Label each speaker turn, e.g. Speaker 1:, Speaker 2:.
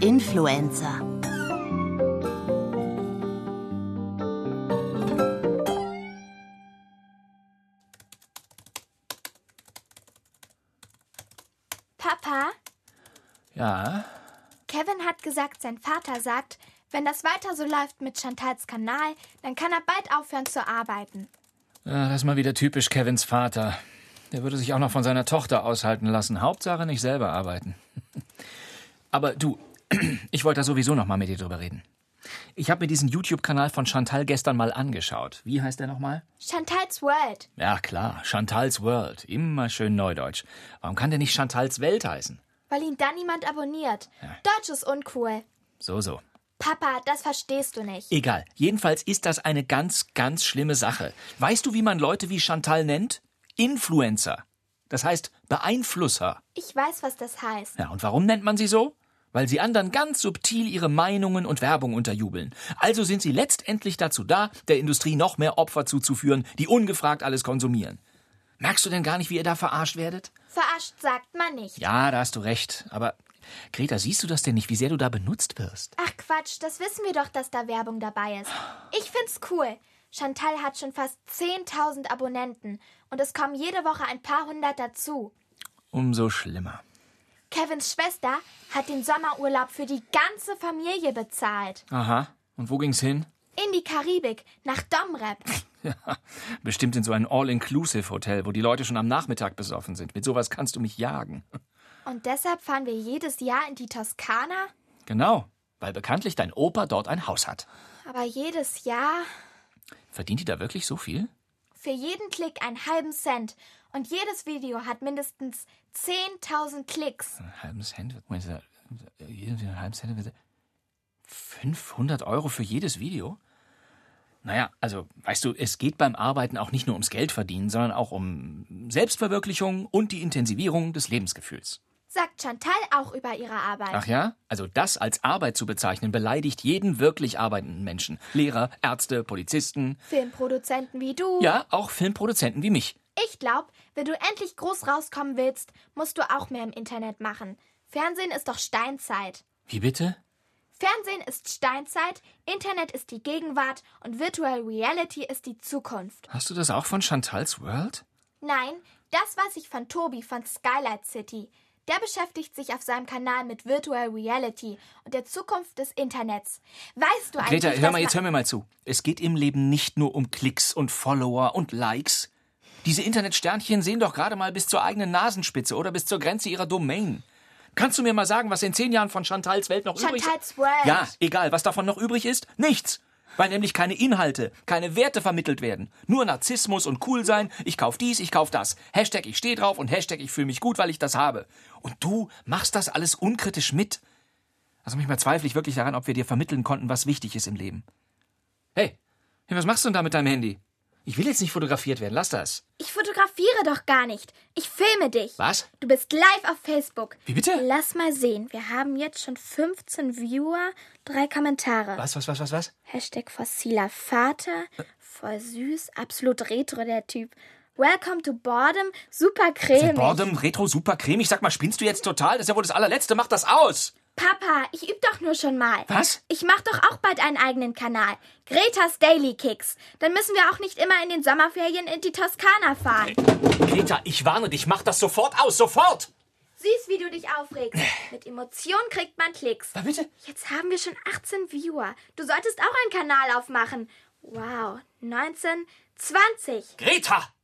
Speaker 1: Influencer.
Speaker 2: Papa,
Speaker 3: Ja,
Speaker 2: Kevin hat gesagt, sein Vater sagt, wenn das weiter so läuft mit Chantals Kanal, dann kann er bald aufhören zu arbeiten.
Speaker 3: äh, das ist mal wieder typisch Kevins Vater. Der würde sich auch noch von seiner Tochter aushalten lassen. Hauptsache nicht selber arbeiten. Aber du, ich wollte da sowieso noch mal mit dir drüber reden. Ich habe mir diesen YouTube-Kanal von Chantal gestern mal angeschaut. Wie heißt der nochmal?
Speaker 2: Chantals World.
Speaker 3: Ja, klar, Chantals World. Immer schön neudeutsch. Warum kann der nicht Chantals Welt heißen?
Speaker 2: Weil ihn dann niemand abonniert. Deutsch ist uncool.
Speaker 3: So, so.
Speaker 2: Papa, das verstehst du nicht.
Speaker 3: Egal. Jedenfalls ist das eine ganz, ganz schlimme Sache. Weißt du, wie man Leute wie Chantal nennt? Influencer. Das heißt Beeinflusser.
Speaker 2: Ich weiß, was das heißt.
Speaker 3: Ja, und warum nennt man sie so? Weil sie anderen ganz subtil ihre Meinungen und Werbung unterjubeln. Also sind sie letztendlich dazu da, der Industrie noch mehr Opfer zuzuführen, die ungefragt alles konsumieren. Merkst du denn gar nicht, wie ihr da verarscht werdet?
Speaker 2: Verarscht sagt man nicht.
Speaker 3: Ja, da hast du recht. Aber Greta, siehst du das denn nicht, wie sehr du da benutzt wirst?
Speaker 2: Ach Quatsch, das wissen wir doch, dass da Werbung dabei ist. Ich find's cool. Chantal hat schon fast 10.000 Abonnenten und es kommen jede Woche ein paar hundert dazu.
Speaker 3: Umso schlimmer.
Speaker 2: Kevins Schwester hat den Sommerurlaub für die ganze Familie bezahlt.
Speaker 3: Aha. Und wo ging's hin?
Speaker 2: In die Karibik, nach Domrep.
Speaker 3: Bestimmt in so ein All-Inclusive-Hotel, wo die Leute schon am Nachmittag besoffen sind. Mit sowas kannst du mich jagen.
Speaker 2: Und deshalb fahren wir jedes Jahr in die Toskana.
Speaker 3: Genau, weil bekanntlich dein Opa dort ein Haus hat.
Speaker 2: Aber jedes Jahr
Speaker 3: Verdient die da wirklich so viel?
Speaker 2: für jeden Klick einen halben Cent. Und jedes Video hat mindestens 10.000 Klicks.
Speaker 3: Ein halbes Cent? Moment, äh, jeden Ein halbes Cent? bitte. 500 Euro für jedes Video? Naja, also, weißt du, es geht beim Arbeiten auch nicht nur ums Geld verdienen, sondern auch um Selbstverwirklichung und die Intensivierung des Lebensgefühls.
Speaker 2: Sagt Chantal auch über ihre Arbeit.
Speaker 3: Ach ja? Also das als Arbeit zu bezeichnen, beleidigt jeden wirklich arbeitenden Menschen. Lehrer, Ärzte, Polizisten.
Speaker 2: Filmproduzenten wie du.
Speaker 3: Ja, auch Filmproduzenten wie mich.
Speaker 2: Ich glaube, wenn du endlich groß rauskommen willst, musst du auch mehr im Internet machen. Fernsehen ist doch Steinzeit.
Speaker 3: Wie bitte?
Speaker 2: Fernsehen ist Steinzeit, Internet ist die Gegenwart und Virtual Reality ist die Zukunft.
Speaker 3: Hast du das auch von Chantals World?
Speaker 2: Nein, das weiß ich von Tobi von Skylight City. Der beschäftigt sich auf seinem Kanal mit Virtual Reality und der Zukunft des Internets. Weißt du eigentlich,
Speaker 3: Greta, hör
Speaker 2: dass
Speaker 3: mal, jetzt
Speaker 2: man-
Speaker 3: hör mir mal zu. Es geht im Leben nicht nur um Klicks und Follower und Likes. Diese Internetsternchen sehen doch gerade mal bis zur eigenen Nasenspitze oder bis zur Grenze ihrer Domain. Kannst du mir mal sagen, was in zehn Jahren von Chantals Welt noch übrig
Speaker 2: Chantals World.
Speaker 3: Ja, egal, was davon noch übrig ist? Nichts. Weil nämlich keine Inhalte, keine Werte vermittelt werden. Nur Narzissmus und cool sein, ich kauf dies, ich kauf das. Hashtag ich stehe drauf und Hashtag ich fühle mich gut, weil ich das habe. Und du machst das alles unkritisch mit. Also manchmal zweifle ich wirklich daran, ob wir dir vermitteln konnten, was wichtig ist im Leben. Hey, hey, was machst du denn da mit deinem Handy? Ich will jetzt nicht fotografiert werden, lass das.
Speaker 2: Ich fotografiere doch gar nicht. Ich filme dich.
Speaker 3: Was?
Speaker 2: Du bist live auf Facebook.
Speaker 3: Wie bitte?
Speaker 2: Lass mal sehen. Wir haben jetzt schon 15 Viewer, drei Kommentare.
Speaker 3: Was, was, was, was, was?
Speaker 2: Hashtag fossiler Vater. Voll süß. Absolut retro, der Typ. Welcome to Boredom. Super cremig.
Speaker 3: Boredom, Retro, super cremig. Sag mal, spinnst du jetzt total? Das ist ja wohl das allerletzte. Mach das aus.
Speaker 2: Papa, ich üb doch nur schon mal.
Speaker 3: Was?
Speaker 2: Ich mach doch auch bald einen eigenen Kanal. Greta's Daily Kicks. Dann müssen wir auch nicht immer in den Sommerferien in die Toskana fahren.
Speaker 3: Greta, ich warne dich, mach das sofort aus, sofort!
Speaker 2: Süß, wie du dich aufregst. Mit Emotionen kriegt man Klicks.
Speaker 3: Na bitte?
Speaker 2: Jetzt haben wir schon 18 Viewer. Du solltest auch einen Kanal aufmachen. Wow, 19, 20.
Speaker 3: Greta!